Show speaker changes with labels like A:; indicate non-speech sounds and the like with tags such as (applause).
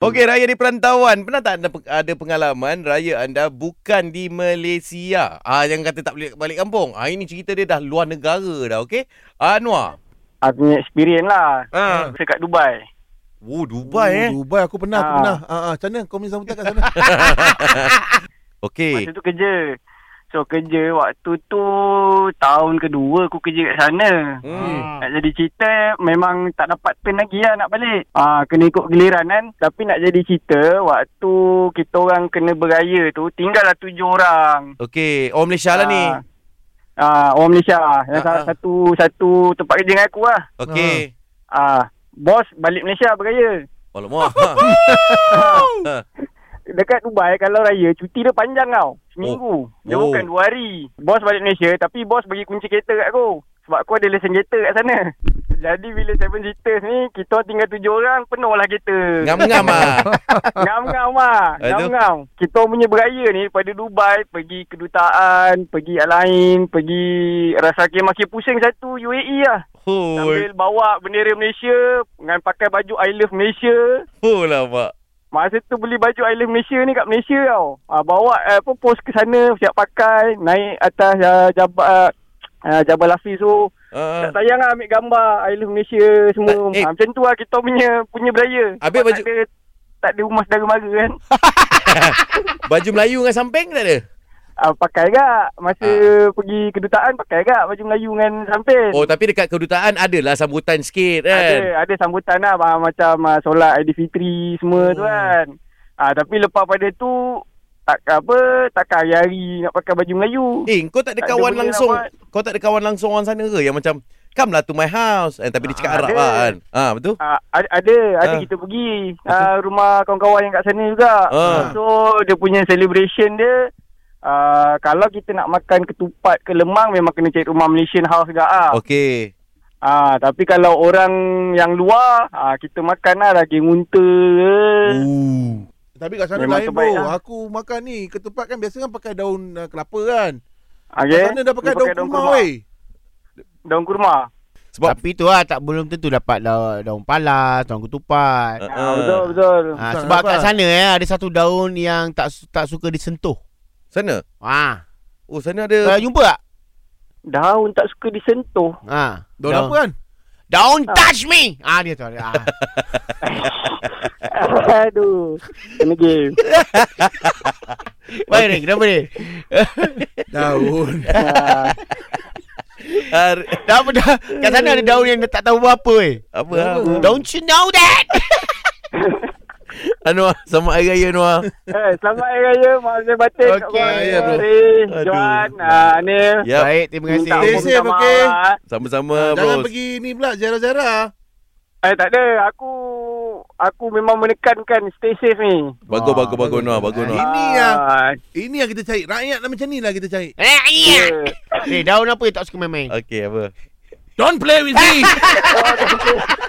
A: Okey, raya di perantauan. Pernah tak anda pe- ada pengalaman raya anda bukan di Malaysia? Ah, jangan kata tak boleh balik kampung. Ah, ini cerita dia dah luar negara dah, okey? Anwar.
B: Aku punya experience lah.
A: Ah.
B: Saya kat Dubai.
A: Oh, Dubai eh.
C: Oh, Dubai aku pernah, aku
B: Ah.
C: pernah. Ah, ah, macam mana kau punya sambutan kat sana?
A: Okey. Eh.
B: Masa tu kerja. So kerja waktu tu tahun kedua aku kerja kat sana.
A: Hmm.
B: Nak jadi cerita memang tak dapat pen lagi lah nak balik. Ah kena ikut giliran kan. Tapi nak jadi cerita waktu kita orang kena beraya tu tinggallah tujuh orang.
A: Okey, orang Malaysia lah ni.
B: Ah. Ah orang Malaysia ah. Yang
A: Ah,
B: salah
A: ah.
B: satu satu tempat kerja dengan aku lah.
A: Okey.
B: Ah bos balik Malaysia beraya.
A: Alamak.
B: (laughs)
A: Ah.
B: Dekat Dubai kalau raya cuti dia panjang tau. Seminggu. Oh. Dia
A: Oh.
B: oh. bukan dua hari. Bos balik Malaysia tapi bos bagi kunci kereta kat aku. Sebab aku ada lesen kereta kat sana. (laughs) Jadi bila Seven Seaters ni kita tinggal tujuh orang penuh lah kereta.
A: Ngam-ngam ah.
B: (laughs) Ngam-ngam lah.
A: Aduh.
B: Ngam-ngam. Kita punya beraya ni daripada Dubai pergi kedutaan, pergi Alain, pergi rasa makin pusing satu UAE lah.
A: Hoi.
B: Sambil bawa bendera Malaysia dengan pakai baju I Love Malaysia.
A: Hoi lah, Pak.
B: Masa tu beli baju I Love Malaysia ni kat Malaysia tau. Ha, bawa eh, apa post ke sana siap pakai naik atas uh, Jabal uh, Jabal Hafiz tu.
A: Ah.
B: Tak sayang lah ambil gambar I Love Malaysia semua.
A: Eh, eh.
B: Ha, macam tu lah kita punya punya beraya.
A: Habis
B: Sebab
A: baju-
B: tak ada, tak ada rumah saudara mara
A: (laughs)
B: kan.
A: Baju Melayu dengan samping tak ada?
B: Ha, pakai gak masa pergi kedutaan pakai gak baju Melayu dengan samping.
A: Ah. Oh, tapi dekat kedutaan adalah sambutan sikit kan?
B: Ada ada sambutan lah ah, macam ah, solat Aidilfitri semua
C: Hmm.
B: tu kan. Ah tapi lepas pada tu tak apa takkan hari-hari nak pakai baju Melayu.
A: Eh, kau tak ada
B: Tak ada
A: kawan
B: benda nak
A: langsung
B: buat.
A: Kau tak ada kawan langsung orang sana ke Yang macam Come lah to my house eh, Tapi dia cakap
B: Ah,
A: Arab
B: ada.
A: lah kan ah, Betul?
B: Ah ada ada, ada
A: Ah.
B: kita pergi ah, rumah kawan-kawan yang kat sana juga.
A: Ah.
B: So dia punya celebration dia Uh, kalau kita nak makan ketupat ke lemang memang kena cari rumah Malaysian house juga ah.
C: Oh.
A: Okey
B: Ah tapi kalau orang yang luar ah kita makan lah daging unta. ke.
C: Oh.
A: Ooh.
C: Tapi kat sana
B: Memang
C: lain bro.
B: terbaik lah.
C: Aku makan ni, ketupat kan biasa kan pakai daun uh, kelapa kan.
B: Okay.
C: Kat sana dah pakai
B: Dia
C: daun kurma weh.
B: Daun kurma.
A: Sebab-
D: Sebab Tapi tu lah tak belum tentu dapat daun, daun palas, daun
A: Ah,
D: ketupat.
B: Ah, betul betul.
D: Uh,
C: Bukan,
D: sebab
C: kenapa?
D: kat sana eh ada satu daun yang tak su- tak suka disentuh.
A: Sana?
D: Ah,
A: Oh sana
D: uh,
A: ada
D: jumpa tak?
B: Daun tak suka (laughs) disentuh.
D: Ah.
C: Daun apa kan?
D: Don't
B: Ah.
D: touch me. Ah dia tu. Ah.
B: Aduh. Kena game.
D: Baik ni, kenapa ni?
C: Daun.
B: Ah,
A: ah,
D: Dah apa dah? Kat sana ada daun yang dia tak tahu apa eh.
A: Apa lah
D: Don't you know that?
A: Anwar Selamat Hari Raya Anwar
B: eh, selamat Hari Raya. Mak Zai Batin.
D: Okey,
C: ya, bro. Ya,
A: Aduh.
B: Johan. Ah, Anil.
A: Yap
D: Baik, terima kasih.
B: Minta
C: Stay
B: maaf,
C: safe,
B: minta maaf
C: okey?
B: lah.
A: Sama-sama
C: Ah, Jangan
A: bos
C: pergi ni pula jarah-jarah.
B: Eh, tak ada. Aku aku memang menekankan stay safe ni.
A: Bagus bagus
D: Ah,
A: bagus
D: bagus.
A: Anwar Bagus Anwar
C: Ah. Ini
B: ah.
C: Ini yang kita cari. Rakyat lah macam ni lah kita cari.
D: Eh, iya.
B: ya.
D: Eh, daun apa yang tak suka main-main?
A: Okey apa
C: (laughs) Don't play with me.